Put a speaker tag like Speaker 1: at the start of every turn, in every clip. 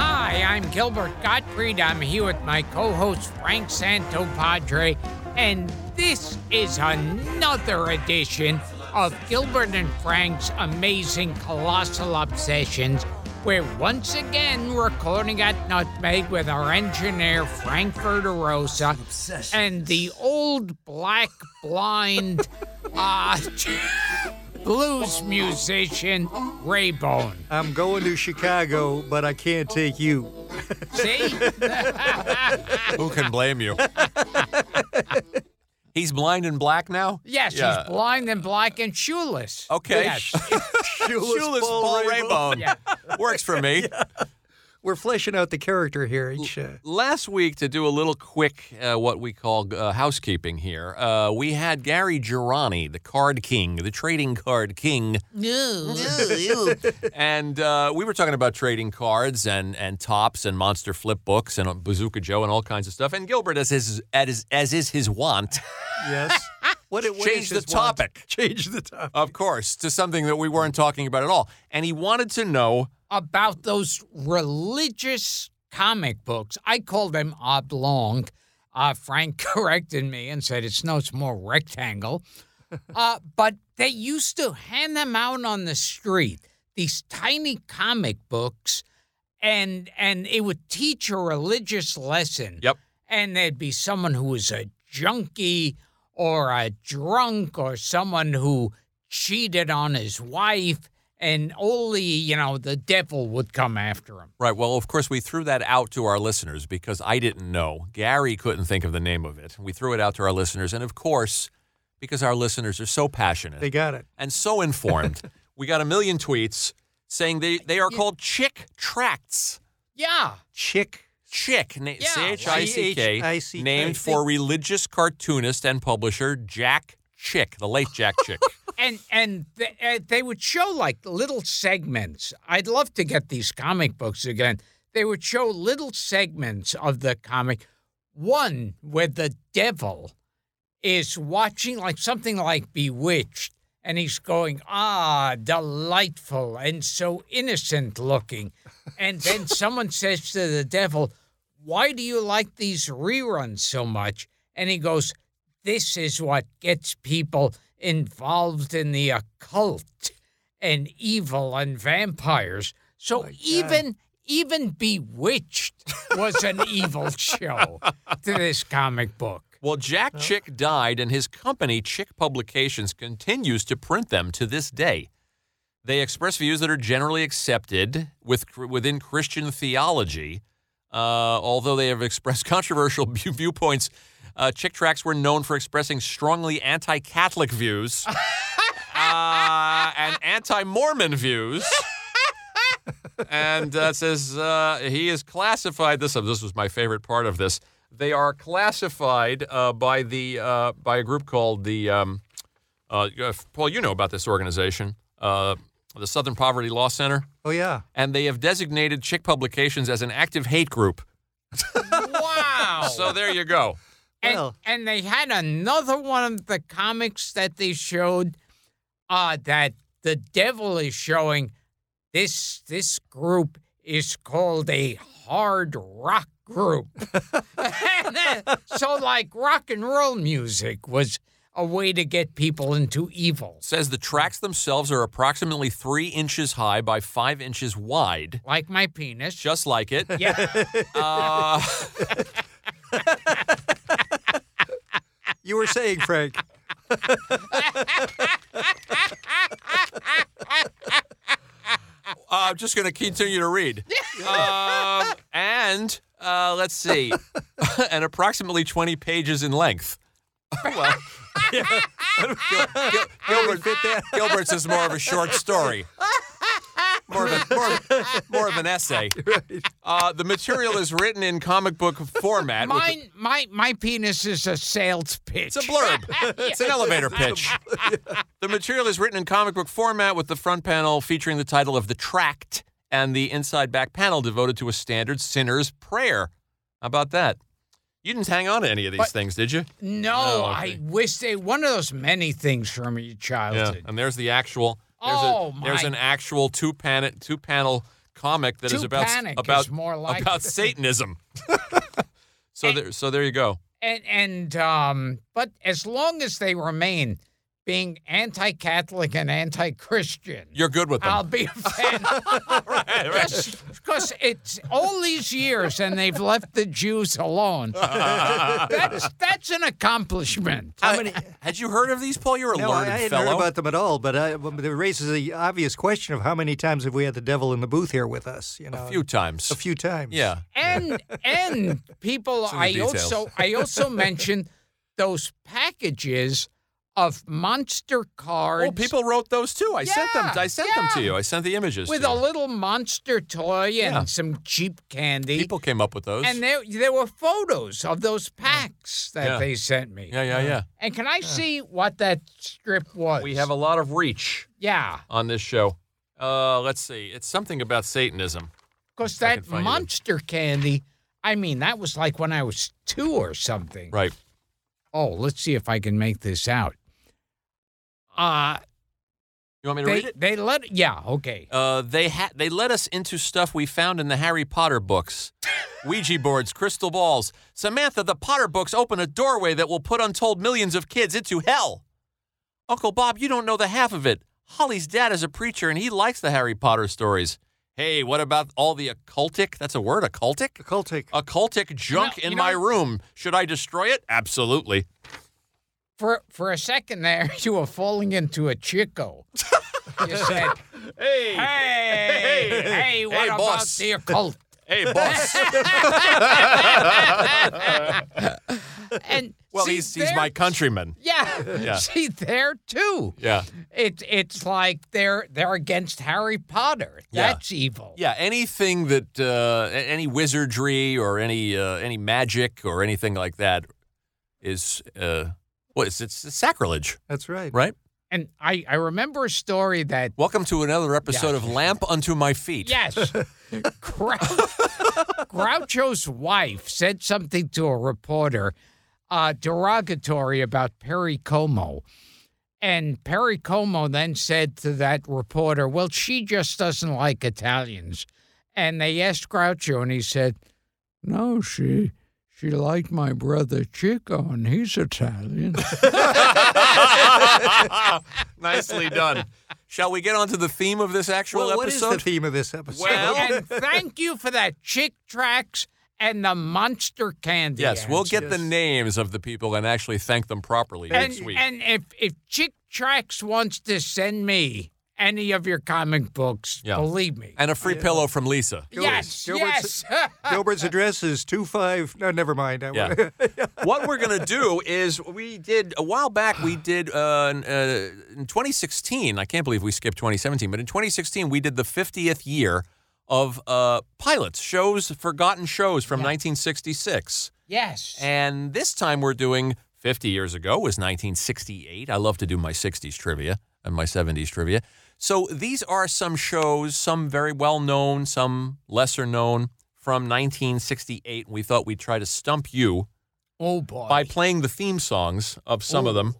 Speaker 1: am Gilbert Gottfried. I'm here with my co host Frank Santopadre, and this is another edition of Gilbert and Frank's Amazing Colossal Obsessions. We're once again recording at Nutmeg with our engineer Frank Verderosa and the old black blind uh, blues musician Raybone.
Speaker 2: I'm going to Chicago, but I can't take you.
Speaker 1: See?
Speaker 3: Who can blame you? He's blind and black now?
Speaker 1: Yes,
Speaker 3: Yeah.
Speaker 1: he's blind and black and shoeless.
Speaker 3: Okay.
Speaker 1: Yes.
Speaker 3: Shoeless Paul Raybone.
Speaker 1: Yeah.
Speaker 3: Works for me.
Speaker 2: We're fleshing out the character here. Each, uh,
Speaker 3: Last week, to do a little quick, uh, what we call uh, housekeeping here, uh, we had Gary Girani, the card king, the trading card king. and uh, we were talking about trading cards and, and tops and monster flip books and uh, Bazooka Joe and all kinds of stuff. And Gilbert, as is, as, as is his wont,
Speaker 2: yes. What, it- what
Speaker 3: changed
Speaker 2: is
Speaker 3: the
Speaker 2: his want?
Speaker 3: topic.
Speaker 2: Change the topic.
Speaker 3: Of course, to something that we weren't talking about at all. And he wanted to know
Speaker 1: About those religious comic books, I call them oblong. Uh, Frank corrected me and said it's no, it's more rectangle. Uh, but they used to hand them out on the street, these tiny comic books, and and it would teach a religious lesson.
Speaker 3: Yep.
Speaker 1: and there'd be someone who was a junkie or a drunk or someone who cheated on his wife and only you know the devil would come after him
Speaker 3: Right. Well, of course, we threw that out to our listeners because I didn't know. Gary couldn't think of the name of it. We threw it out to our listeners. And of course, because our listeners are so passionate
Speaker 2: They got it.
Speaker 3: and so informed, we got a million tweets saying they, they are called chick tracts.
Speaker 1: yeah
Speaker 2: Chick.
Speaker 3: Chick, na-
Speaker 1: Yeah,
Speaker 3: C-H-I-C-K,
Speaker 2: C H I C K.
Speaker 3: named for religious cartoonist and publisher Jack Chick, the late Jack Chick.
Speaker 1: and and th- uh, they would show like little segments i'd love to get these comic books again they would show little segments of the comic one where the devil is watching like something like bewitched and he's going ah delightful and so innocent looking and then someone says to the devil why do you like these reruns so much and he goes this is what gets people involved in the occult and evil and vampires so even even bewitched was an evil show to this comic book
Speaker 3: Well, Jack Chick died, and his company, Chick Publications, continues to print them to this day. They express views that are generally accepted with, within Christian theology, uh, although they have expressed controversial view- viewpoints. Uh, Chick tracks were known for expressing strongly anti Catholic views uh, and anti Mormon views. and uh, it says uh, he is classified. This this was my favorite part of this. They are classified uh, by the uh, by a group called the um, uh, uh, Paul. You know about this organization, uh, the Southern Poverty Law Center,
Speaker 2: Oh yeah.
Speaker 3: and they have designated Chick Publications as an active hate group.
Speaker 1: Oh, wow
Speaker 3: So there you go.
Speaker 1: And,
Speaker 2: Well-
Speaker 1: and they had another one of the comics that they showed uh, that the devil is showing. This this group is called a hard rock group. so like rock and roll music was a way to get people into evil,
Speaker 3: Says the tracks themselves are approximately three inches high by five inches wide,
Speaker 1: like my penis.
Speaker 3: just like it.
Speaker 1: Yeah,
Speaker 3: Uh,
Speaker 2: You were saying, Frank.
Speaker 3: Uh, I'm just going to continue to read. um, and uh, let's see, and approximately 20 pages in length. well, Gil- Gil- Gilbert, Gilbert's is more of a short story. More of, a, more, of a- more of an essay. Uh, the material is written in comic book format. with-
Speaker 1: mine my my penis is a sales pitch.
Speaker 3: it's a blurb. It's an elevator pitch. The material is written in comic book format with the front panel featuring the title of the tract and the inside back panel devoted to a standard sinner's prayer. How about that? You didn't hang on to any of these
Speaker 1: But-
Speaker 3: things, did you?
Speaker 1: No,
Speaker 3: Oh,
Speaker 1: I
Speaker 3: okay.
Speaker 1: wish they one of those many things from your childhood.
Speaker 3: And there's the actual. There's
Speaker 1: Oh,
Speaker 3: a, There's
Speaker 1: my-
Speaker 3: an actual two panel two panel comic that is
Speaker 1: Too
Speaker 3: about
Speaker 1: Panic
Speaker 3: about
Speaker 1: is more like
Speaker 3: about Satanism. so there, so there you go.
Speaker 1: and and um, but as long as they remain being anti-Catholic and anti-Christian,
Speaker 3: You're good with them.
Speaker 1: I'll be a fan.
Speaker 3: Right, right.
Speaker 1: Just because it's all these years and they've left the Jews alone. That's that's an accomplishment.
Speaker 3: How many? Had you heard of these, Paul? You're a
Speaker 2: No, I,
Speaker 3: learned
Speaker 2: I hadn't
Speaker 3: fellow.
Speaker 2: heard about them at all, but I, but it raises the obvious question of how many times have we had the devil in the booth here with us? You know,
Speaker 3: a few times.
Speaker 2: a few times.
Speaker 3: Yeah.
Speaker 1: and and people
Speaker 3: in the
Speaker 1: I
Speaker 3: details.
Speaker 1: also I also mentioned those packages of monster cards
Speaker 3: Well, Oh, people wrote those too. I sent them.
Speaker 1: Yeah,
Speaker 3: I sent them to
Speaker 1: yeah.
Speaker 3: you. I sent the images.
Speaker 1: with
Speaker 3: to
Speaker 1: a
Speaker 3: you.
Speaker 1: little monster toy and
Speaker 3: Yeah.
Speaker 1: some cheap candy.
Speaker 3: people came up with those.
Speaker 1: and there there were photos of those packs that
Speaker 3: Yeah.
Speaker 1: they sent me.
Speaker 3: yeah, yeah, yeah.
Speaker 1: And can I see what that strip was?
Speaker 3: Uh, We have a lot of reach
Speaker 1: yeah.
Speaker 3: on this show. Uh, let's see. It's something about Satanism.
Speaker 1: Because
Speaker 3: I can
Speaker 1: that
Speaker 3: find you them.
Speaker 1: monster candy, I mean, that was like when I was two or something.
Speaker 3: Right.
Speaker 1: Oh, let's see if I can make this out. Uh
Speaker 3: You want me to
Speaker 1: they
Speaker 3: read it?
Speaker 1: they let yeah okay.
Speaker 3: Uh, they ha- they led us into stuff we found in the Harry Potter books. Ouija boards, crystal balls. Samantha, the Potter books open a doorway that will put untold millions of kids into hell. Uncle Bob, you don't know the half of it. Holly's dad is a preacher and he likes the Harry Potter stories. Hey, what about all the occultic? That's a word, occultic?
Speaker 2: occultic.
Speaker 3: Occultic junk
Speaker 1: No,
Speaker 3: in
Speaker 1: you
Speaker 3: my
Speaker 1: know-
Speaker 3: room. Should I destroy it? Absolutely.
Speaker 1: For for a second there, you were falling into a chico. you said,
Speaker 3: Hey,
Speaker 1: "Hey,
Speaker 3: Hey.
Speaker 1: hey, what
Speaker 3: Hey,
Speaker 1: about
Speaker 3: boss."
Speaker 1: the occult?"
Speaker 3: hey, boss.
Speaker 1: And
Speaker 3: well,
Speaker 1: see,
Speaker 3: he's, he's
Speaker 1: there-
Speaker 3: my countryman.
Speaker 1: Yeah,
Speaker 3: Yeah.
Speaker 1: see there too.
Speaker 3: Yeah.
Speaker 1: It's it's like they're they're against Harry Potter.
Speaker 3: Yeah.
Speaker 1: That's evil.
Speaker 3: Yeah, anything that uh, a- any wizardry or any uh, any magic or anything like that is uh, what is it's sacrilege,
Speaker 2: That's right.
Speaker 3: right?
Speaker 1: And I I remember a story that
Speaker 3: Welcome to another episode of Lamp Unto My Feet.
Speaker 1: Yes. Grou- Groucho's wife said something to a reporter uh, derogatory about Perry Como. And Perry Como then said to that reporter, Well, she just doesn't like Italians. And they asked Groucho, and he said, No, she. She liked my brother Chico, and he's Italian.
Speaker 3: Nicely done. Shall we get on to the theme of this actual
Speaker 2: Well, what is
Speaker 3: episode?
Speaker 2: the theme of this episode?
Speaker 3: Well-
Speaker 1: and thank you for that chick tracks and the monster candy.
Speaker 3: Yes,
Speaker 1: ads.
Speaker 3: we'll get the
Speaker 2: yes.
Speaker 3: names of the people and actually thank them properly
Speaker 1: And,
Speaker 3: next week.
Speaker 1: and if if Chick Trax wants to send me any of your comic books,
Speaker 3: Yeah.
Speaker 1: believe me.
Speaker 3: And a free pillow from Lisa.
Speaker 1: yes,
Speaker 2: Gilbert's-
Speaker 1: yes.
Speaker 2: Gilbert's address is two five. No, never mind. I-
Speaker 3: Yeah. what we're going to do is we did a while back we did uh, in, uh, in 2016 i can't believe we skipped 2017 but in 2016 we did the 50th year of uh, pilots shows forgotten shows from 1966
Speaker 1: yes.
Speaker 3: and this time we're doing 50 years ago was 1968 i love to do my 60s trivia and my 70s trivia so these are some shows some very well known some lesser known from 1968 we thought we'd try to stump you
Speaker 1: oh boy.
Speaker 3: by playing the theme songs of some of them.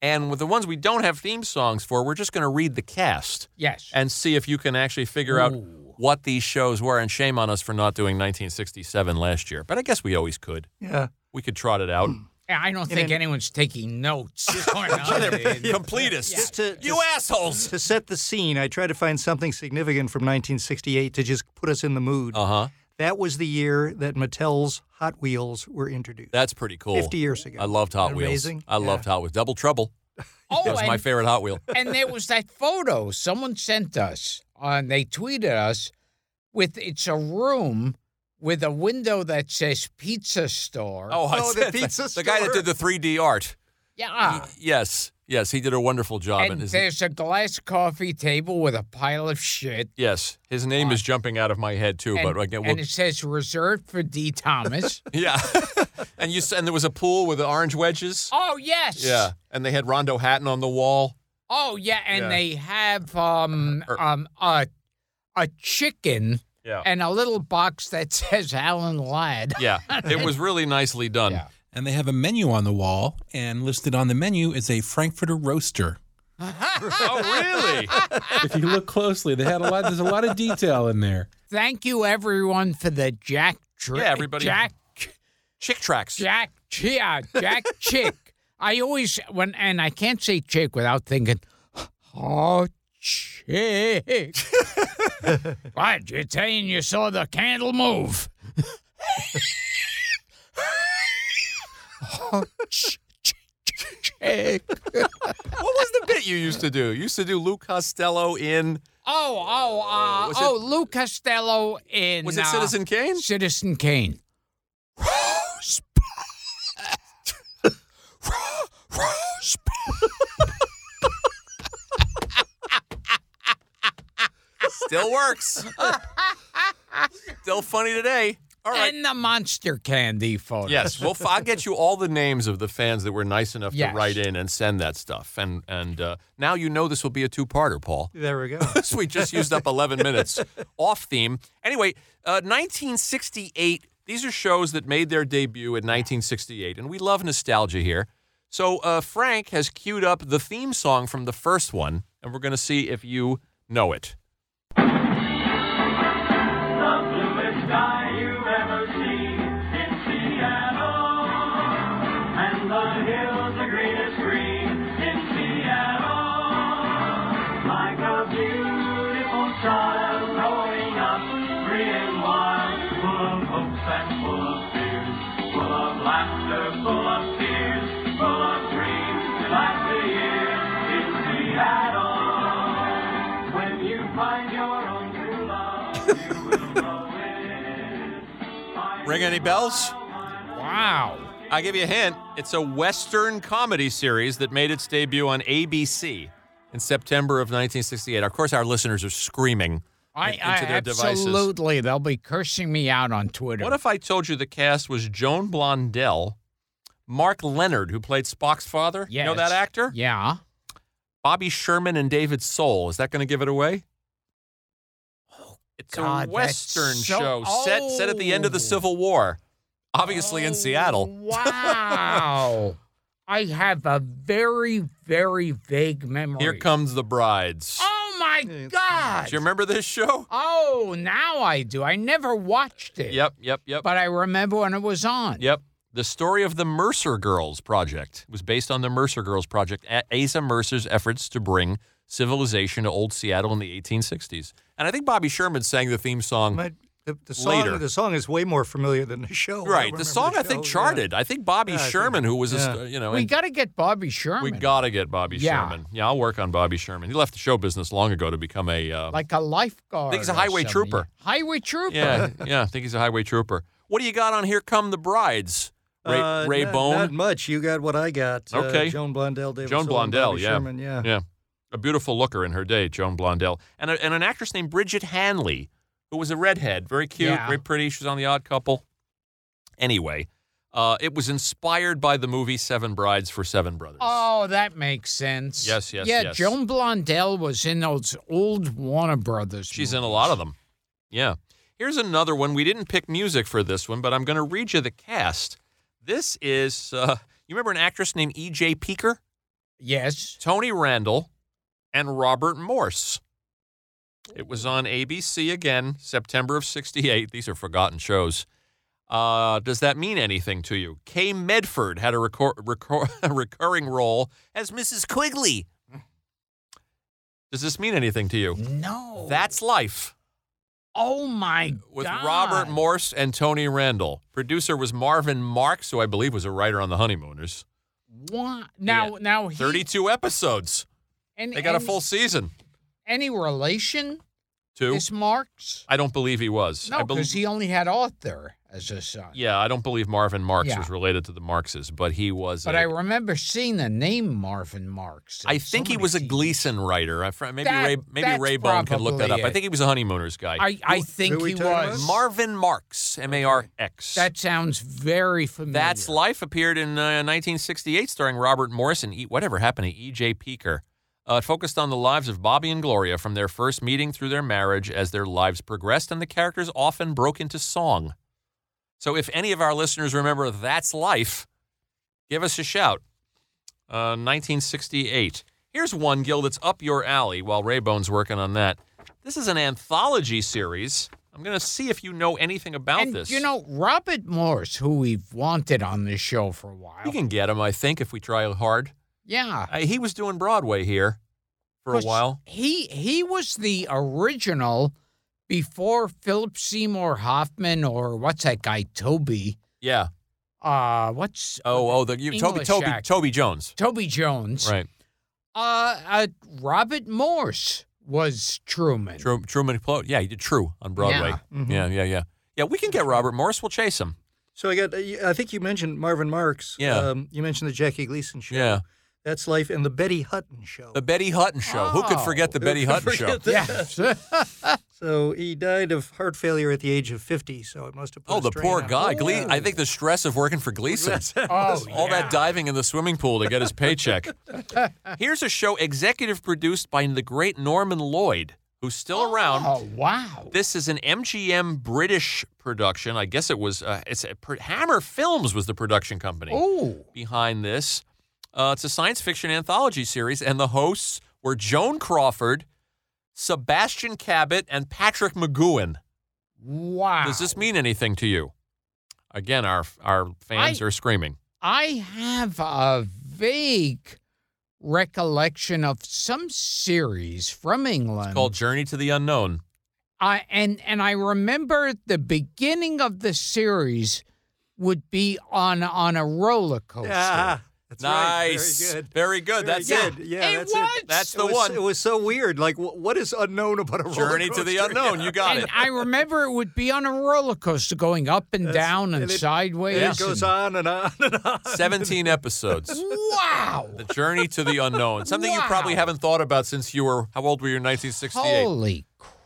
Speaker 3: And with the ones we don't have theme songs for, we're just going to read the cast
Speaker 1: yes.
Speaker 3: and see if you can actually figure out what these shows were. And shame on us for not doing 1967 last year. But I guess we always could.
Speaker 2: yeah.
Speaker 3: We could trot it out.
Speaker 1: Yeah, I don't think anyone's taking notes. Or nothing.
Speaker 3: Completists.
Speaker 2: To-
Speaker 3: You
Speaker 2: to-
Speaker 3: assholes.
Speaker 2: To set the scene, I tried to find something significant from 1968 to just put us in the mood.
Speaker 3: Uh huh.
Speaker 2: That was the year that Mattel's Hot Wheels were introduced.
Speaker 3: That's pretty cool.
Speaker 2: 50 years ago.
Speaker 3: I loved Hot
Speaker 2: Isn't that
Speaker 3: Wheels.
Speaker 2: amazing?
Speaker 3: I loved Hot Wheels. Double Trouble. That
Speaker 1: oh,
Speaker 3: was my
Speaker 1: and,
Speaker 3: favorite Hot Wheel.
Speaker 1: and there was that photo someone sent us, and they tweeted us with it's a room with a window that says pizza store.
Speaker 3: Oh, I
Speaker 2: Oh, the
Speaker 3: said that.
Speaker 2: pizza
Speaker 3: The guy that
Speaker 2: store. Ah.
Speaker 3: did the 3D art.
Speaker 1: yeah.
Speaker 3: Yes. Yes. He did a wonderful job.
Speaker 1: and
Speaker 3: his-
Speaker 1: there's a glass coffee table with a pile of shit.
Speaker 3: Yes, his name is jumping out of my head too,
Speaker 1: And,
Speaker 3: but again,
Speaker 1: and
Speaker 3: we'll,
Speaker 1: it says reserved for D. Thomas.
Speaker 3: yeah. and you s- and there was a pool with the orange wedges.
Speaker 1: oh yes.
Speaker 3: Yeah, and they had Rondo Hatton on the wall.
Speaker 1: Oh yeah, and
Speaker 3: Yeah.
Speaker 1: they have um
Speaker 3: Er-
Speaker 1: um a a chicken
Speaker 3: Yeah,
Speaker 1: and a little box that says Alan Ladd.
Speaker 3: yeah. It was really nicely done.
Speaker 1: Yeah.
Speaker 4: and they have a menu on the wall, and listed on the menu is a Frankfurter roaster.
Speaker 3: oh, really?
Speaker 4: if you look closely, they had a lot. There's a lot of detail in there.
Speaker 1: Thank you, everyone, for the Jack. Tri-
Speaker 3: Yeah, everybody-
Speaker 1: Jack,
Speaker 3: Chick tracks.
Speaker 1: Jack, yeah, Jack Chick. I always when and I can't say chick without thinking, oh chick. what you're saying? You saw the candle move? oh, ch- ch- ch- chick.
Speaker 3: What was the bit you used to do? You used to do Lou Costello in
Speaker 1: Oh, oh, uh,
Speaker 3: Was it-
Speaker 1: oh, Lou Costello in
Speaker 3: was it
Speaker 1: uh,
Speaker 3: Citizen Kane?
Speaker 1: Citizen Kane.
Speaker 3: Still works. Still funny today. All right.
Speaker 1: And the monster candy photo.
Speaker 3: yes, well, I'll get you all the names of the fans that were nice enough
Speaker 1: Yes.
Speaker 3: to write in and send that stuff. And and uh, now you know this will be a two-parter, Paul.
Speaker 2: There we go.
Speaker 3: Because we just used up 11 minutes off theme. Anyway, uh, 1968. These are shows that made their debut in 1968, and we love nostalgia here. So uh, Frank has queued up the theme song from the first one, and we're going to see if you know it.
Speaker 5: The bluest sky you've ever seen in Seattle. And the hills the greenest green in Seattle. Like a beautiful child growing up, free and wild, full of hopes and full of fears. Full of laughter, full of tears, full of dreams to last the year in Seattle. When you find your own true love, you will know it. Find
Speaker 3: Ring any bells?
Speaker 1: Wow.
Speaker 3: I give you a hint. It's a Western comedy series that made its debut on ABC in September of 1968. Of course, our listeners are screaming
Speaker 1: I,
Speaker 3: into
Speaker 1: I
Speaker 3: their devices.
Speaker 1: absolutely. They'll be cursing me out on Twitter.
Speaker 3: What if I told you the cast was Joan Blondell, Mark Leonard, who played Spock's father? You know
Speaker 1: Yes.
Speaker 3: that actor?
Speaker 1: Yeah.
Speaker 3: Bobby Sherman and David Soul. Is that going to give it away? It's
Speaker 1: God,
Speaker 3: a
Speaker 1: that's
Speaker 3: Western
Speaker 1: so-
Speaker 3: show set set at the end of the
Speaker 1: Oh.
Speaker 3: Civil War, obviously
Speaker 1: Oh,
Speaker 3: in Seattle.
Speaker 1: Wow. I have a very, very vague memory.
Speaker 3: Here comes the brides.
Speaker 1: Oh my God.
Speaker 3: Do you remember this show?
Speaker 1: Oh, now I do. I never watched it.
Speaker 3: Yep, yep, yep.
Speaker 1: But I remember when it was on.
Speaker 3: Yep. The story of the Mercer Girls Project was based on the Mercer Girls Project, A- Asa Mercer's efforts to bring civilization to old Seattle in the 1860s. And I think Bobby Sherman sang the theme song.
Speaker 2: My, the, the song
Speaker 3: Later.
Speaker 2: the song is way more familiar than the show. I
Speaker 3: right.
Speaker 2: remember
Speaker 3: The song, I
Speaker 2: show,
Speaker 3: think,
Speaker 2: yeah.
Speaker 3: charted. I think Bobby
Speaker 2: Yeah, I think-
Speaker 3: Sherman, who was, a,
Speaker 2: yeah.
Speaker 3: st- you know,
Speaker 1: We
Speaker 3: and
Speaker 1: got to get Bobby Sherman.
Speaker 3: we got to get Bobby
Speaker 1: Yeah.
Speaker 3: Sherman. Yeah, I'll work on Bobby Sherman. He left the show business long ago to become a. Uh,
Speaker 1: like a lifeguard.
Speaker 3: I think he's a
Speaker 1: or
Speaker 3: highway
Speaker 1: something.
Speaker 3: trooper.
Speaker 1: Highway trooper.
Speaker 3: yeah, yeah. I think he's a highway trooper. What do you got on Here Come the Brides? Ray,
Speaker 2: Uh,
Speaker 3: Ray
Speaker 2: not,
Speaker 3: Bone?
Speaker 2: Not much. You got what I got. Uh,
Speaker 3: Okay.
Speaker 2: Joan Blondell, David.
Speaker 3: Joan
Speaker 2: Soul, and
Speaker 3: Blondell,
Speaker 2: Bobby
Speaker 3: yeah.
Speaker 2: Sherman, yeah.
Speaker 3: Yeah. A beautiful looker in her day, Joan Blondell. And, a, and an actress named Bridget Hanley, who was a redhead, very cute,
Speaker 1: Yeah.
Speaker 3: very pretty. She was on The Odd Couple. Anyway, uh, it was inspired by the movie Seven Brides for Seven Brothers.
Speaker 1: Oh, that makes sense.
Speaker 3: Yes, yes,
Speaker 1: yeah,
Speaker 3: yes.
Speaker 1: Joan Blondell was in those old Warner Brothers.
Speaker 3: She's
Speaker 1: movies.
Speaker 3: in a lot of them. Yeah. Here's another one. We didn't pick music for this one, but I'm going to read you the cast. This is, uh, you remember an actress named E E.J. Peeker?
Speaker 1: Yes.
Speaker 3: Tony Randall, and Robert Morse. It was on ABC again, September of 68. These are forgotten shows. Uh, does that mean anything to you? Kay Medford had a, recor- recor- a recurring role as Mrs. Quigley. Does this mean anything to you?
Speaker 1: No.
Speaker 3: That's Life
Speaker 1: Oh my
Speaker 3: with
Speaker 1: God.
Speaker 3: Robert Morse and Tony Randall. Producer was Marvin Marks, who I believe was a writer on The Honeymooners.
Speaker 1: What? Now,
Speaker 3: Yeah.
Speaker 1: now he,
Speaker 3: 32 episodes.
Speaker 1: And,
Speaker 3: They got a
Speaker 1: and
Speaker 3: full season.
Speaker 1: Any relation?
Speaker 3: Two.
Speaker 1: This Marks?
Speaker 3: I don't believe he was.
Speaker 1: No,
Speaker 3: I
Speaker 1: because
Speaker 3: believe.
Speaker 1: he only had Arthur as a son.
Speaker 3: yeah, I don't believe Marvin Marx
Speaker 1: Yeah.
Speaker 3: was related to the Marxes, but he was.
Speaker 1: But
Speaker 3: a-
Speaker 1: I remember seeing the name Marvin Marks. in
Speaker 3: I
Speaker 1: so
Speaker 3: think he
Speaker 1: many
Speaker 3: was a
Speaker 1: TV
Speaker 3: Gleason writer. I fr- Maybe
Speaker 1: That-
Speaker 3: Ray, maybe
Speaker 1: that's
Speaker 3: Ray Bone can look that up.
Speaker 1: probably
Speaker 3: I
Speaker 1: it.
Speaker 3: think he was a honeymooners guy.
Speaker 1: I, I think
Speaker 2: who we
Speaker 1: he
Speaker 2: talking about?
Speaker 1: was.
Speaker 3: Marvin Marx, M A R X.
Speaker 1: That sounds very familiar.
Speaker 3: That's Life appeared in uh, 1968, starring Robert Morris and E- whatever happened to E.J. Peeker. Uh, it focused on the lives of Bobby and Gloria from their first meeting through their marriage as their lives progressed, and the characters often broke into song. So, if any of our listeners remember That's Life, give us a shout. Uh, 1968. Here's one, Gil, that's up your alley while Raybone's working on that. This is an anthology series. I'm going to see if you know anything about
Speaker 1: and
Speaker 3: this.
Speaker 1: you know, Robert Morse, who we've wanted on this show for a while.
Speaker 3: we can get him, I think, if we try hard.
Speaker 1: yeah.
Speaker 3: Uh, he was doing Broadway here for a
Speaker 1: 'Cause
Speaker 3: while.
Speaker 1: He he was the original before Philip Seymour Hoffman or what's that guy Toby?
Speaker 3: Yeah.
Speaker 1: Uh what's
Speaker 3: Oh, oh, the you, Toby,
Speaker 1: English
Speaker 3: Toby,
Speaker 1: act.
Speaker 3: Toby Jones.
Speaker 1: Toby Jones.
Speaker 3: Right.
Speaker 1: Uh, uh Robert Morse was Truman.
Speaker 3: True, Truman Close. Yeah, he did True on Broadway. Yeah.
Speaker 2: Mm-hmm.
Speaker 3: yeah, yeah, yeah. we can get Robert Morris. We'll chase him.
Speaker 2: So I got. uh, I think you mentioned Marvin Marks.
Speaker 3: Yeah.
Speaker 2: Um, you mentioned the Jackie Gleason show.
Speaker 3: Yeah.
Speaker 2: That's life, and the Betty Hutton show.
Speaker 3: The Betty Hutton Show. Who could
Speaker 1: Oh.
Speaker 3: forget the Betty Hutton Show?
Speaker 2: Forget that.
Speaker 1: Yes. Oh,
Speaker 2: So he died of heart failure at the age of 50. So it must have. Put
Speaker 3: Oh,
Speaker 2: a
Speaker 3: the
Speaker 2: strain
Speaker 3: poor
Speaker 2: on-
Speaker 3: guy. Gle- I think the stress of working for Gleason's.
Speaker 1: oh,
Speaker 3: All
Speaker 1: yeah.
Speaker 3: that diving in the swimming pool to get his paycheck. Here's a show executive produced by the great Norman Lloyd, who's still around.
Speaker 1: Oh, wow.
Speaker 3: This is an MGM British production. I guess it was. Uh, it's a, Hammer Films was the production company.
Speaker 1: Oh,
Speaker 3: behind this. Uh, it's a science fiction anthology series, and the hosts were Joan Crawford, Sebastian Cabot, and Patrick McGowan.
Speaker 1: wow.
Speaker 3: Does this mean anything to you? Again, our our fans
Speaker 1: I-
Speaker 3: are screaming.
Speaker 1: I have a vague recollection of some series from England.
Speaker 3: Called Journey to the Unknown.
Speaker 1: I and and I remember the beginning of the series would be on on a roller coaster.
Speaker 2: Ah, that's right.
Speaker 3: nice.
Speaker 2: Very good.
Speaker 3: Very
Speaker 2: Very
Speaker 3: good. That's
Speaker 2: good.
Speaker 3: it.
Speaker 2: Yeah,
Speaker 1: It
Speaker 2: that's
Speaker 1: was.
Speaker 2: it.
Speaker 3: That's
Speaker 2: It
Speaker 3: the
Speaker 2: was-
Speaker 3: one.
Speaker 2: It was so weird. Like, wh- what is unknown about a roller
Speaker 3: Journey to the
Speaker 2: coaster?
Speaker 3: Unknown. You got
Speaker 1: and
Speaker 3: it.
Speaker 1: I remember it would be on a roller coaster going up and
Speaker 2: That's-
Speaker 1: down and,
Speaker 2: and it-
Speaker 1: sideways.
Speaker 2: And It goes
Speaker 1: and-
Speaker 2: on and on and on.
Speaker 3: 17 episodes.
Speaker 1: Wow.
Speaker 3: The Journey to the Unknown. Something you probably
Speaker 1: Wow.
Speaker 3: haven't thought about since you were, how old were you in 1968?
Speaker 1: Holy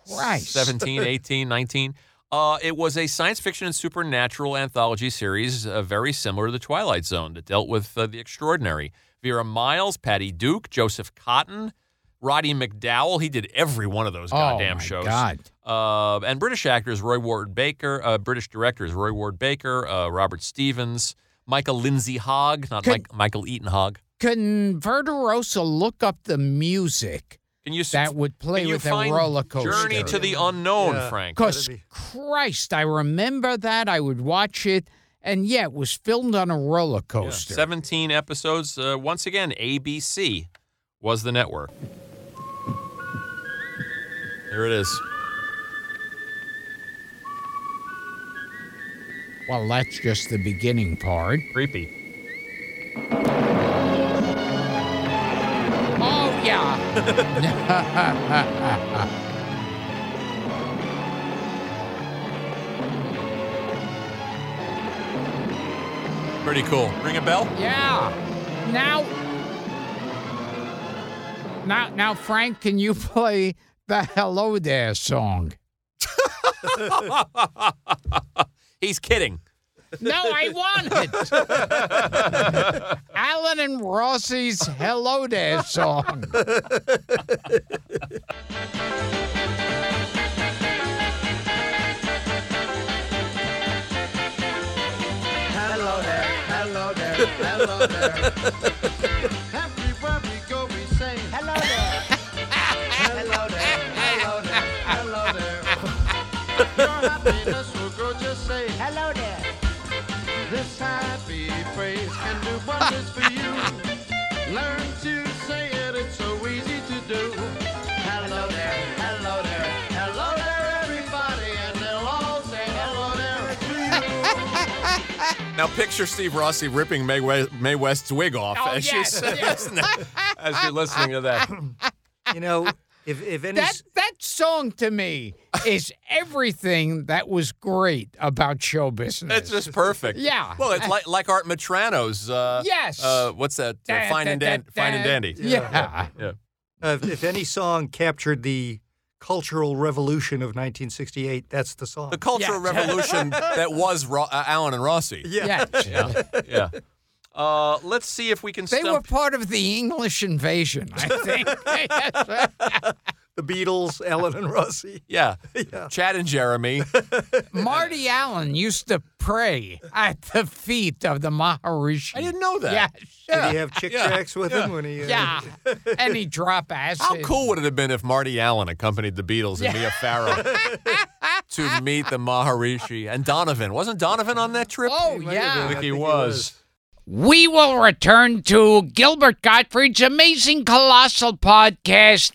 Speaker 1: Christ.
Speaker 3: 17, 18, 19. Uh, it was a science fiction and supernatural anthology series uh, very similar to The Twilight Zone that dealt with uh, the extraordinary. Vera Miles, Patty Duke, Joseph Cotton, Roddy McDowell. He did every one of those
Speaker 1: Oh,
Speaker 3: goddamn
Speaker 1: my
Speaker 3: shows.
Speaker 1: God.
Speaker 3: Uh, and British actors Roy Ward Baker, uh, British directors Roy Ward Baker, uh, Robert Stevens, Michael Lindsay Hogg, not
Speaker 1: Could-
Speaker 3: Mike, Michael Eaton Hogg.
Speaker 1: Can Verderosa look up the music
Speaker 3: Can you s-
Speaker 1: that would play
Speaker 3: can you
Speaker 1: with a
Speaker 3: find
Speaker 1: roller coaster?
Speaker 3: Journey to the Unknown,
Speaker 2: Yeah.
Speaker 3: Frank?
Speaker 1: Because
Speaker 2: That'd be-
Speaker 1: Christ, I remember that. I would watch it. And yeah, it was filmed on a roller
Speaker 3: Yeah,
Speaker 1: coaster.
Speaker 3: 17 episodes. Uh, once again, ABC was the network. There it is.
Speaker 1: Well, that's just the beginning part.
Speaker 3: Creepy.
Speaker 1: Oh, yeah.
Speaker 3: Pretty cool. Ring a bell?
Speaker 1: Yeah. Now, now, now, Frank, can you play the Hello There song?
Speaker 3: He's kidding.
Speaker 1: No, I want it. Alan and Rossi's Hello There song.
Speaker 6: Hello there, hello there, hello there. Everywhere we go, we say hello there. hello there, hello there, hello there. Your happiness will grow, just say hello there. This happy phrase can do wonders for you. Learn to say it, it's so easy to do. Hello there, hello there, hello there, everybody, and they'll all say hello there to you.
Speaker 3: Now picture Steve Rossi ripping May, we- May West's wig off
Speaker 1: Oh,
Speaker 3: as,
Speaker 1: yes,
Speaker 3: she's,
Speaker 1: yes.
Speaker 3: as you're listening to that.
Speaker 2: You know, if, if any.
Speaker 1: That that song to me is everything that was great about show business.
Speaker 3: It's just perfect.
Speaker 1: Yeah.
Speaker 3: Well, it's like, like Art Matrano's. Uh,
Speaker 1: Yes.
Speaker 3: Uh, what's that? Uh, fine, and dan- fine and dandy.
Speaker 1: Yeah.
Speaker 3: Yeah.
Speaker 2: Uh, if, if any song captured the cultural revolution of 1968, that's the song.
Speaker 3: The Cultural
Speaker 1: Yeah.
Speaker 3: Revolution that was Ro- uh, Alan and Rossi.
Speaker 1: Yeah.
Speaker 3: yeah. Uh, let's see if we can
Speaker 1: They were
Speaker 3: stump.
Speaker 1: part of the English invasion, I think.
Speaker 2: the Beatles, Ellen and Rossi.
Speaker 3: yeah. Chad and Jeremy.
Speaker 1: Marty Allen used to pray at the feet of the Maharishi.
Speaker 3: I didn't know that.
Speaker 1: Yeah,
Speaker 2: Did he
Speaker 1: sure.
Speaker 2: have chick
Speaker 3: Yeah.
Speaker 2: tracks with him when he? Uh,
Speaker 1: Yeah. and he drop acid.
Speaker 3: How cool would it have been if Marty Allen accompanied the Beatles and Mia Farrow to meet the Maharishi and Donovan? Wasn't Donovan on that trip?
Speaker 1: Oh,
Speaker 2: might have
Speaker 1: yeah.
Speaker 2: been.
Speaker 3: I think
Speaker 2: I
Speaker 3: he
Speaker 2: think he
Speaker 3: was.
Speaker 2: was.
Speaker 1: We will return to Gilbert Gottfried's amazing colossal podcast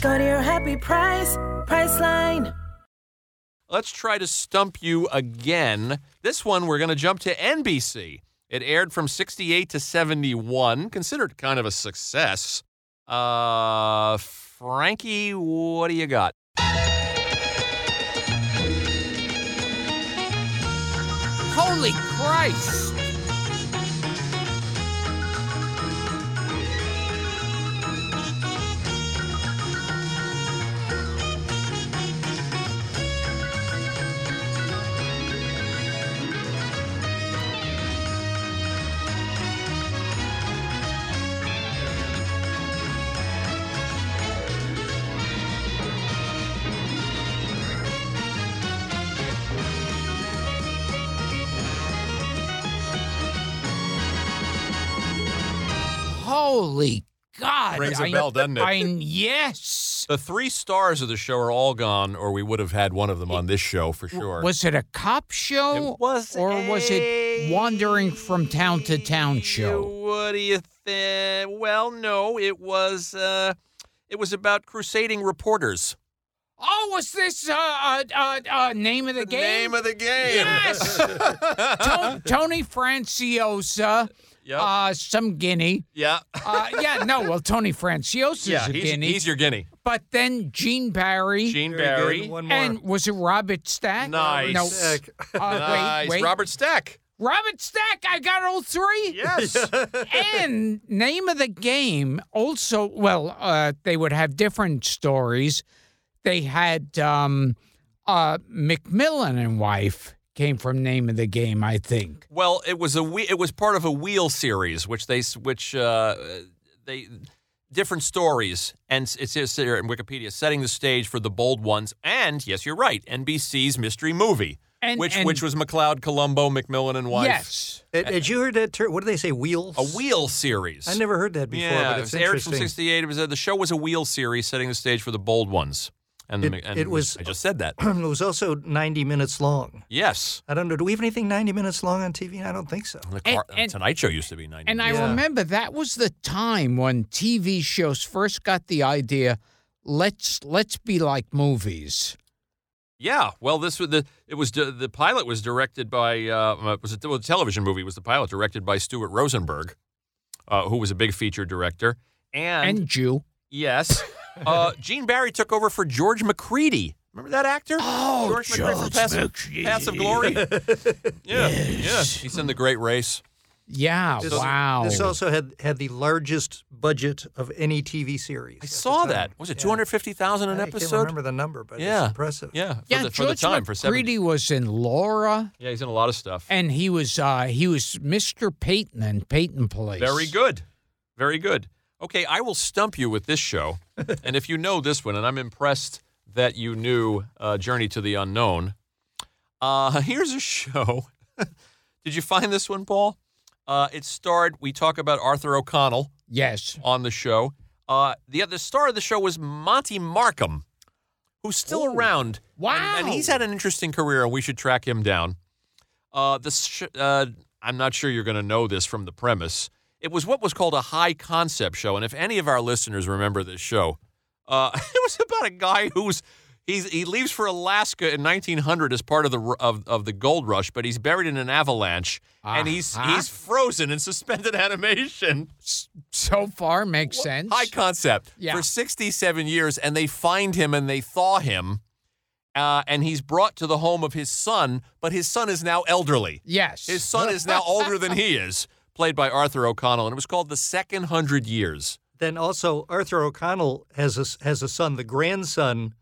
Speaker 7: Go to your happy price, Priceline.
Speaker 3: Let's try to stump you again. This one, we're going to jump to NBC. It aired from 68 to 71, considered kind of a success. Uh, Frankie, what do you got?
Speaker 1: Holy Christ. Holy God.
Speaker 3: Rings a
Speaker 1: I-
Speaker 3: bell, doesn't it?
Speaker 1: I, yes.
Speaker 3: The three stars of the show are all gone, or we would have had one of them on this show for sure.
Speaker 1: Was it a cop show?
Speaker 3: It was
Speaker 1: or was it
Speaker 3: a-
Speaker 1: wandering from town to town show?
Speaker 3: What do you think? Well, no, it was. Uh, it was about crusading reporters.
Speaker 1: Oh, was this uh, uh, uh, uh, name of the game?
Speaker 3: Name of the game.
Speaker 1: Yes. To- Tony Franciosa,
Speaker 3: Yep.
Speaker 1: uh, some guinea.
Speaker 3: yeah.
Speaker 1: Uh, yeah, no, well, Tony Franciosa's
Speaker 3: Yeah.
Speaker 1: a
Speaker 3: He's,
Speaker 1: guinea.
Speaker 3: he's your guinea.
Speaker 1: but then Gene Barry.
Speaker 3: Gene
Speaker 2: Very good.
Speaker 3: Barry.
Speaker 2: One more.
Speaker 1: and was it Robert Stack?
Speaker 3: Nice.
Speaker 1: No.
Speaker 2: Stack.
Speaker 1: Uh,
Speaker 3: nice.
Speaker 1: Wait, wait.
Speaker 3: Robert Stack.
Speaker 1: Robert Stack, I got all three.
Speaker 3: Yes.
Speaker 1: and name of the game also well uh, they would have different stories they had um, uh, mcmillan and wife came from name of the game i think
Speaker 3: Well, it was a whe- it was part of a wheel series, which they s- which uh, they different stories, and s- it's just here in Wikipedia setting the stage for the bold ones, and yes, you're right, NBC's mystery movie,
Speaker 1: And-
Speaker 3: which
Speaker 1: and-
Speaker 3: which was McLeod, Columbo, McMillan, and wife.
Speaker 1: yes
Speaker 2: Had, had you heard that term? What do they say? Wheels.
Speaker 3: a wheel series.
Speaker 2: I never heard that before,
Speaker 3: yeah,
Speaker 2: but it's
Speaker 3: it was aired from
Speaker 2: interesting.
Speaker 3: '68. It was uh, the show was a wheel series, setting the stage for the bold ones, and, the,
Speaker 2: It-
Speaker 3: Mc- and
Speaker 2: it was-
Speaker 3: I just said that.
Speaker 2: it was also 90 minutes long.
Speaker 3: yes,
Speaker 2: I don't know. Do we have anything 90 minutes long on TV? I don't think so.
Speaker 3: the
Speaker 1: And-
Speaker 3: car,
Speaker 1: and-
Speaker 3: Tonight Show used to be 90.
Speaker 1: and i
Speaker 2: Yeah.
Speaker 1: remember that was the time when tv shows first got the idea let's let's be like movies
Speaker 3: Yeah, well, this was the it was di- the pilot was directed by uh, it was a, well, a television movie was the pilot directed by Stuart Rosenberg, uh, who was a big feature director, and,
Speaker 1: and, jew
Speaker 3: yes, uh, Gene Barry took over for George McCready. Remember that actor? Oh, George, McCready from Paths, of- Paths of Glory. yeah, yeah, he's in the Great Race.
Speaker 1: yeah
Speaker 2: This-
Speaker 1: wow
Speaker 2: This also had had the largest budget of any TV series.
Speaker 3: I
Speaker 2: at the
Speaker 3: saw
Speaker 2: time.
Speaker 3: that. Was it
Speaker 2: Yeah.
Speaker 3: two hundred fifty thousand an
Speaker 2: I can't
Speaker 3: episode?
Speaker 2: remember the number, but
Speaker 3: Yeah.
Speaker 2: it's impressive.
Speaker 3: Yeah, for
Speaker 1: yeah,
Speaker 3: the, for
Speaker 1: George
Speaker 3: the time for seventy.
Speaker 1: McCready was in Laura,
Speaker 3: Yeah, he's in a lot of stuff.
Speaker 1: and he was uh, he was Mr. Peyton and Peyton Place.
Speaker 3: Very good. Very good. Okay, I will stump you with this show. and if you know this one, and I'm impressed that you knew uh, Journey to the Unknown, uh, here's a show. Did you find this one, Paul? Uh, it starred, we talk about Arthur O'Connell
Speaker 1: Yes.
Speaker 3: on the show. Uh, the other star of the show was Monty Markham, who's still around.
Speaker 1: Wow.
Speaker 3: And, and he's had an interesting career, and we should track him down. Uh, this sh- uh, I'm not sure you're going to know this from the premise. It was what was called a high concept show, and if any of our listeners remember this show, uh, it was about a guy who's he's, he leaves for Alaska in 1900 as part of the r- of, of the gold rush, but he's buried in an avalanche, and he's
Speaker 1: Uh-huh.
Speaker 3: he's frozen in suspended animation.
Speaker 1: So far makes sense.
Speaker 3: High concept
Speaker 1: Yeah.
Speaker 3: for 67 years, and they find him and they thaw him, uh, and he's brought to the home of his son, but his son is now elderly.
Speaker 1: Yes.
Speaker 3: His son is now older than he is, played by Arthur O'Connell, and it was called The Second Hundred Years.
Speaker 2: Then also Arthur O'Connell has a, has a son, the grandson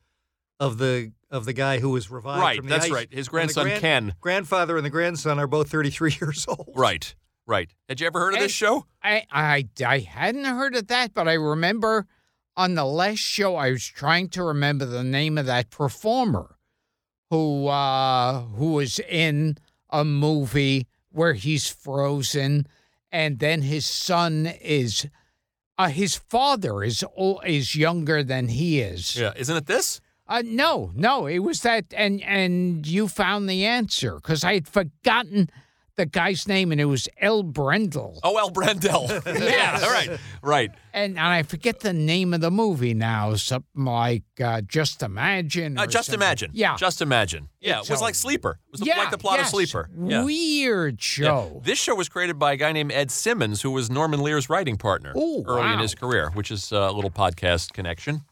Speaker 2: of the of the guy who was revived.
Speaker 3: Right,
Speaker 2: from the
Speaker 3: that's
Speaker 2: ice.
Speaker 3: right.
Speaker 2: And
Speaker 3: His
Speaker 2: the
Speaker 3: grandson, Ken.
Speaker 2: Grandfather and the grandson are both 33 years old.
Speaker 3: Right, right. Had you ever heard of
Speaker 1: And-
Speaker 3: this show?
Speaker 1: I, I, I hadn't heard of that, but I remember on the last show, I was trying to remember the name of that performer who, uh, who was in a movie where he's frozen and then his son is, uh, his father is, o- is younger than he is.
Speaker 3: Yeah. Isn't it this?
Speaker 1: Uh, no, no, it was that, and and you found the answer because I had forgotten the guy's name, and it was El Brendel,
Speaker 3: Oh, El Brendel. yeah, all right, right.
Speaker 1: and and I forget the name of the movie now, something like uh, Just Imagine.
Speaker 3: Uh,
Speaker 1: or
Speaker 3: just
Speaker 1: something.
Speaker 3: imagine.
Speaker 1: Yeah.
Speaker 3: Just imagine. Yeah, it was
Speaker 1: So-
Speaker 3: like Sleeper. It was the,
Speaker 1: yeah,
Speaker 3: like the plot
Speaker 1: yes.
Speaker 3: of Sleeper. Yeah.
Speaker 1: Weird
Speaker 3: Yeah.
Speaker 1: show.
Speaker 3: This show was created by a guy named Ed Simmons, who was Norman Lear's writing partner
Speaker 1: Ooh,
Speaker 3: early in
Speaker 1: wow.
Speaker 3: his career, which is uh, a little podcast connection.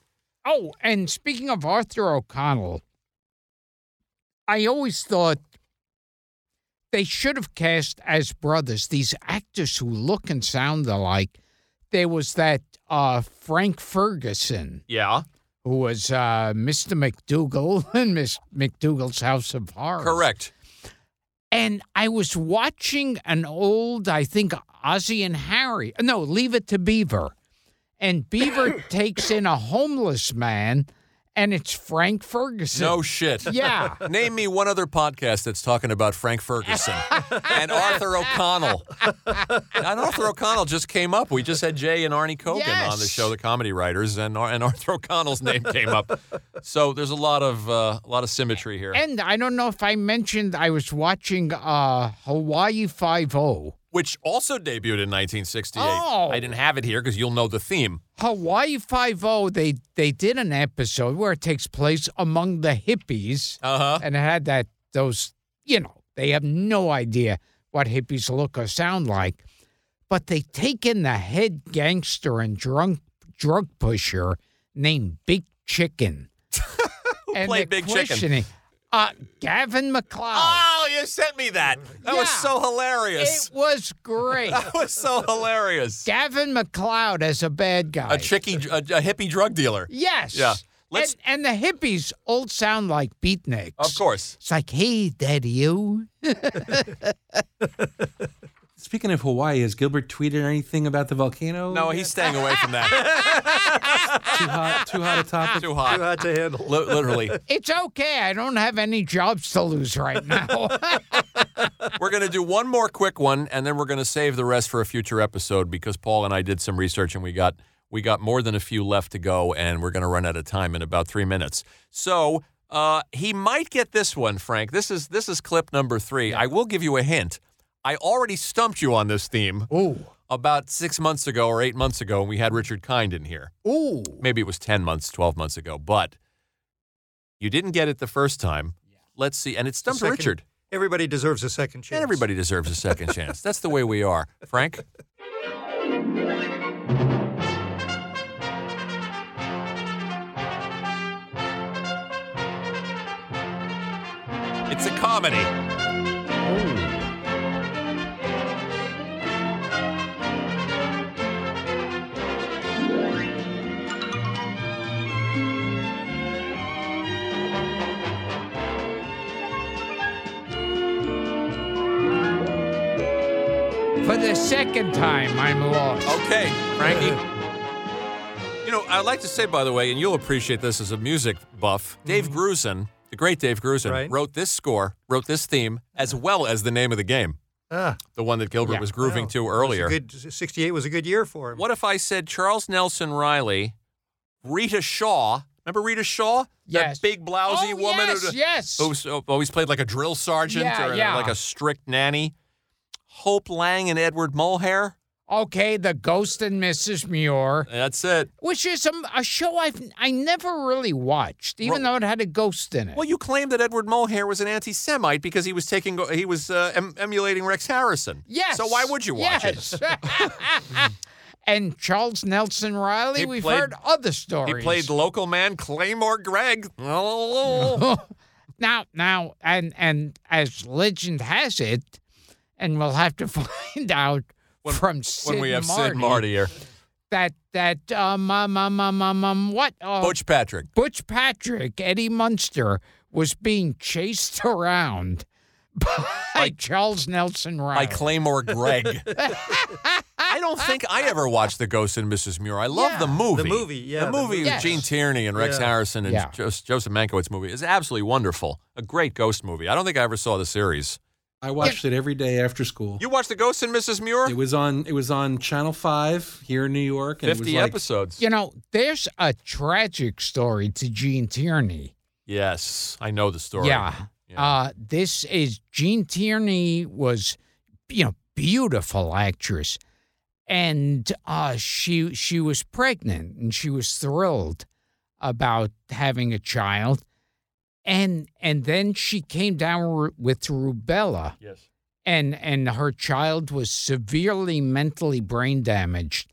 Speaker 1: Oh, and speaking of Arthur O'Connell, I always thought they should have cast as brothers these actors who look and sound alike. There was that uh, Frank Ferguson,
Speaker 3: Yeah.
Speaker 1: who was uh, Mr. McDougal in Miss McDougal's House of Horrors.
Speaker 3: Correct.
Speaker 1: And I was watching an old, I think, Ozzy and Harry. No, Leave It to Beaver. And Beaver takes in a homeless man, and it's Frank Ferguson.
Speaker 3: No shit.
Speaker 1: Yeah.
Speaker 3: Name me one other podcast that's talking about Frank Ferguson and Arthur O'Connell. and Arthur O'Connell just came up. We just had Jay and Arnie Cogan on the
Speaker 1: Yes.
Speaker 3: show, the comedy writers, and Ar- and Arthur O'Connell's name came up. So there's a lot of uh, a lot of symmetry here,
Speaker 1: And I don't know if I mentioned I was watching uh, Hawaii Five O.
Speaker 3: which also debuted in 1968.
Speaker 1: Oh.
Speaker 3: I didn't have it here because you'll know the theme.
Speaker 1: Hawaii Five O. They they did an episode where it takes place among the hippies,
Speaker 3: Uh huh.
Speaker 1: and it had that those you know they have no idea what hippies look or sound like, but they take in the head gangster and drunk drug pusher named Big Chicken. Who
Speaker 3: played Big Chicken?
Speaker 1: Uh, Gavin McLeod.
Speaker 3: Oh, you sent me that. That was
Speaker 1: Yeah.
Speaker 3: so hilarious.
Speaker 1: It was great.
Speaker 3: that was so hilarious.
Speaker 1: Gavin McLeod as a bad guy.
Speaker 3: A tricky, a, a hippie drug dealer.
Speaker 1: Yes.
Speaker 3: Yeah. Let's-
Speaker 1: And, and the hippies all sound like beatniks.
Speaker 3: Of course.
Speaker 1: It's like, hey, daddy, you.
Speaker 4: Speaking of Hawaii, has Gilbert tweeted anything about the volcano?
Speaker 3: No,
Speaker 4: yet?
Speaker 3: he's staying away from that.
Speaker 4: too hot. Too hot a topic.
Speaker 3: Too
Speaker 2: Too
Speaker 3: hot.
Speaker 2: hot Uh, to handle.
Speaker 3: Li- literally.
Speaker 1: It's okay. I don't have any jobs to lose right now.
Speaker 3: We're going to do one more quick one, and then we're going to save the rest for a future episode because Paul and I did some research and we got we got more than a few left to go, and we're going to run out of time in about three minutes. So uh, he might get this one, Frank. This is this is clip number three. I will give you a hint. I already stumped you on this theme
Speaker 1: ooh,
Speaker 3: about six months ago or eight months ago, and we had Richard Kind in here.
Speaker 1: ooh.
Speaker 3: maybe it was 10 months, 12 months ago, but you didn't get it the first time. Let's see. And it's
Speaker 2: The
Speaker 3: stumped
Speaker 2: second-
Speaker 3: Richard.
Speaker 2: Everybody deserves a second chance.
Speaker 3: And everybody deserves a second chance. That's the way we are. Frank? It's a comedy.
Speaker 1: For the second time, I'm lost.
Speaker 3: Okay, Frankie. you know, I'd like to say, by the way, and you'll appreciate this as a music buff, Dave Grusin, the great Dave Grusin,
Speaker 2: Right.
Speaker 3: wrote this score, wrote this theme, as well as the name of the game,
Speaker 2: Ah,
Speaker 3: the one that Gilbert
Speaker 1: Yeah.
Speaker 3: was grooving
Speaker 2: wow.
Speaker 3: to
Speaker 2: It was a
Speaker 3: earlier.
Speaker 2: good- 68 was a good year for him.
Speaker 3: What if I said Charles Nelson Riley, Rita Shaw? Remember Rita Shaw?
Speaker 1: Yes.
Speaker 3: That big blousy
Speaker 1: oh,
Speaker 3: woman
Speaker 1: Yes,
Speaker 3: who,
Speaker 1: yes.
Speaker 3: who's always played like a drill sergeant
Speaker 1: Yeah,
Speaker 3: or
Speaker 1: yeah.
Speaker 3: like a strict nanny. Hope Lang and Edward Mulhare.
Speaker 1: Okay, The Ghost and Mrs. Muir,
Speaker 3: That's it.
Speaker 1: which is a, a show I've I never really watched, even though it had a ghost in it.
Speaker 3: Well, you claimed that Edward Mulhare was an anti-Semite because he was taking he was uh, em- emulating Rex Harrison.
Speaker 1: Yes.
Speaker 3: So why would you watch it?
Speaker 1: yes. and Charles Nelson Riley.
Speaker 3: He
Speaker 1: We've
Speaker 3: played-
Speaker 1: heard other stories.
Speaker 3: He played local man Claymore Gregg. Oh,
Speaker 1: now, now, and and as legend has it, and we'll have to find out
Speaker 3: When-
Speaker 1: from Sid
Speaker 3: when we have
Speaker 1: Marty,
Speaker 3: Sid Marty here.
Speaker 1: that that um um um um um, um what uh,
Speaker 3: Butch Patrick.
Speaker 1: Butch Patrick, Eddie Munster was being chased around by Charles Nelson Riley.
Speaker 3: by Claymore Gregg. I don't think I ever watched The Ghost and Mrs. Muir. I love
Speaker 1: Yeah.
Speaker 3: the movie.
Speaker 2: The movie, yeah,
Speaker 3: The
Speaker 2: the
Speaker 3: movie
Speaker 2: movie.
Speaker 3: with
Speaker 1: Yes.
Speaker 3: Gene Tierney and Rex
Speaker 2: Yeah.
Speaker 3: Harrison and
Speaker 1: Yeah.
Speaker 3: Jos- Joseph Mankiewicz movie is absolutely wonderful. A great ghost movie. I don't think I ever saw the series.
Speaker 4: I watched it every day after school.
Speaker 3: You watched The Ghost and Mrs. Muir?
Speaker 4: It was on. It was on Channel Five here in New York. And it was
Speaker 3: 50
Speaker 4: like-
Speaker 3: episodes.
Speaker 1: you know, there's a tragic story to Gene Tierney.
Speaker 3: Yes, I know the story.
Speaker 1: Yeah. Uh, this is Jean Tierney was, you know, beautiful actress, and uh, she she was pregnant and she was thrilled about having a child, and and then she came down ru- with rubella. Yes. And and her child was severely mentally brain damaged,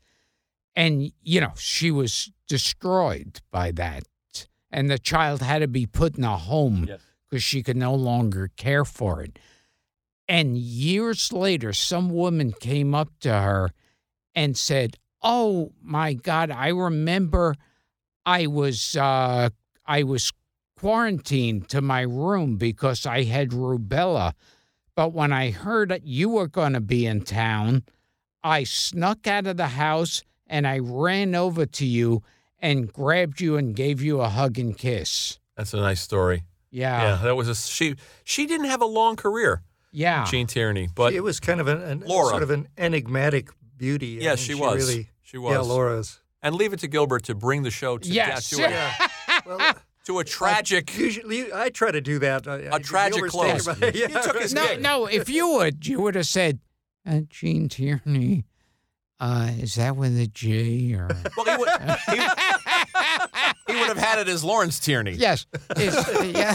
Speaker 1: and you know she was destroyed by that, and the child had to be put in a
Speaker 3: Hmm.
Speaker 1: home because she could no longer care for it. And years later, some woman came up to her and said, "Oh my God, I remember I was uh, I was quarantined to my room because I had rubella, but when I heard that you were going to be in town, I snuck out of the house and I ran over to you." And grabbed you and gave you a hug and kiss.
Speaker 3: That's a nice story. yeah, that was a she she didn't have a long career,
Speaker 1: Yeah.
Speaker 3: Gene Tierney, but
Speaker 2: it was kind of an, an
Speaker 3: Laura.
Speaker 2: sort of an enigmatic beauty. I
Speaker 3: Yes,
Speaker 2: mean,
Speaker 3: she was.
Speaker 2: Really,
Speaker 3: She
Speaker 2: Yeah,
Speaker 3: was.
Speaker 2: Laura's.
Speaker 3: and leave it to Gilbert to bring the show to
Speaker 1: Yes.
Speaker 3: to, a,
Speaker 2: Well,
Speaker 3: to a tragic
Speaker 2: usually I try to do that. uh, A
Speaker 3: tragic close. You took his
Speaker 1: No,
Speaker 3: big.
Speaker 1: no. If you would, you would have said, uh, "Gene Tierney." Uh, is that with a J or?
Speaker 3: Well, he would, he, he would have had it as Lawrence Tierney.
Speaker 1: yes. It's, uh, yeah.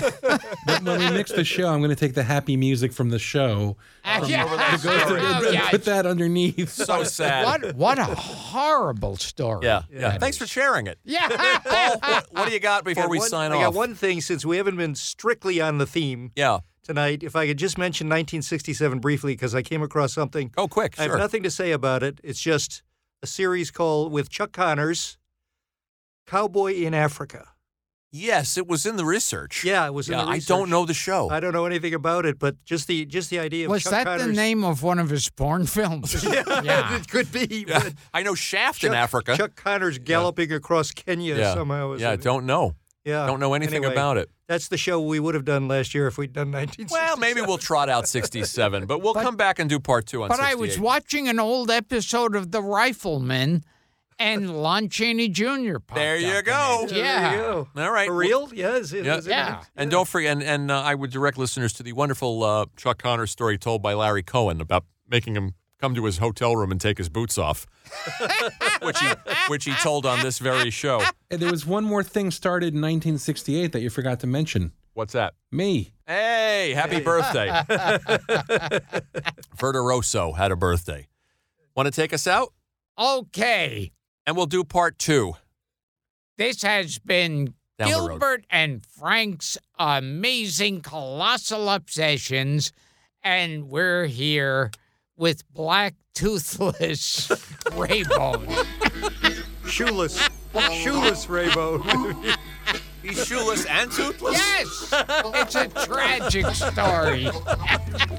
Speaker 4: But when we mix the show, I'm going to take the happy music from the show.
Speaker 1: Yeah.
Speaker 4: and
Speaker 1: Oh, yeah.
Speaker 4: Put that underneath.
Speaker 3: So sad.
Speaker 1: What what a horrible story.
Speaker 3: Yeah, yeah. Thanks for sharing it.
Speaker 1: Yeah.
Speaker 3: Paul, what, what do you got before we sign
Speaker 2: I got
Speaker 3: off?
Speaker 2: one thing since we haven't been strictly on the theme
Speaker 3: Yeah.
Speaker 2: tonight. If I could just mention 1967 briefly because I came across something.
Speaker 3: Go Oh, quick.
Speaker 2: I
Speaker 3: Sure.
Speaker 2: have nothing to say about it. It's just a series called with Chuck Connors, Cowboy in Africa.
Speaker 3: Yes, it was in the research.
Speaker 2: Yeah, it was. in
Speaker 3: Yeah,
Speaker 2: the
Speaker 3: I don't
Speaker 2: research.
Speaker 3: know the show.
Speaker 2: I don't know anything about it, but just the just the idea of
Speaker 1: Was
Speaker 2: Chuck
Speaker 1: that the
Speaker 2: Connors-
Speaker 1: name of one of his porn films?
Speaker 2: Yeah, it could be.
Speaker 3: Yeah,
Speaker 2: But
Speaker 3: I know Shaft in
Speaker 2: Chuck-
Speaker 3: Africa.
Speaker 2: Chuck Connors galloping across Kenya
Speaker 3: yeah.
Speaker 2: somehow. Is
Speaker 3: yeah,
Speaker 2: it?
Speaker 3: don't know.
Speaker 2: yeah,
Speaker 3: don't know anything
Speaker 2: Anyway,
Speaker 3: about it.
Speaker 2: That's the show we would have done last year if we'd done 19.
Speaker 3: Well, maybe we'll trot out 67, but we'll come back and do part two on
Speaker 1: But I was
Speaker 3: 68.
Speaker 1: watching an old episode of The Rifleman, and Lon Chaney Jr. popped
Speaker 3: There you
Speaker 1: up in
Speaker 3: go.
Speaker 1: it.
Speaker 2: There you
Speaker 1: Yeah.
Speaker 2: go.
Speaker 3: All right.
Speaker 2: For real? Yeah. Is, it-
Speaker 3: Yeah.
Speaker 2: is it-
Speaker 1: Yeah.
Speaker 3: And don't forget, and, and uh, I would direct listeners to the wonderful uh, Chuck Connors story told by Larry Cohen about making him come to his hotel room and take his boots off, which he which he told on this very show.
Speaker 4: And there was one more thing started in 1968 that you forgot to mention.
Speaker 3: What's that?
Speaker 4: Me.
Speaker 3: Hey, happy birthday! Verderoso had a birthday. Want to take us out?
Speaker 1: Okay.
Speaker 3: And we'll do part two.
Speaker 1: This has been
Speaker 3: Down the road.
Speaker 1: Gilbert and Frank's amazing colossal obsessions, and we're here with black toothless Raybone.
Speaker 2: Shoeless. Shoeless Rainbow.
Speaker 3: He's shoeless and toothless.
Speaker 1: yes, it's a tragic story.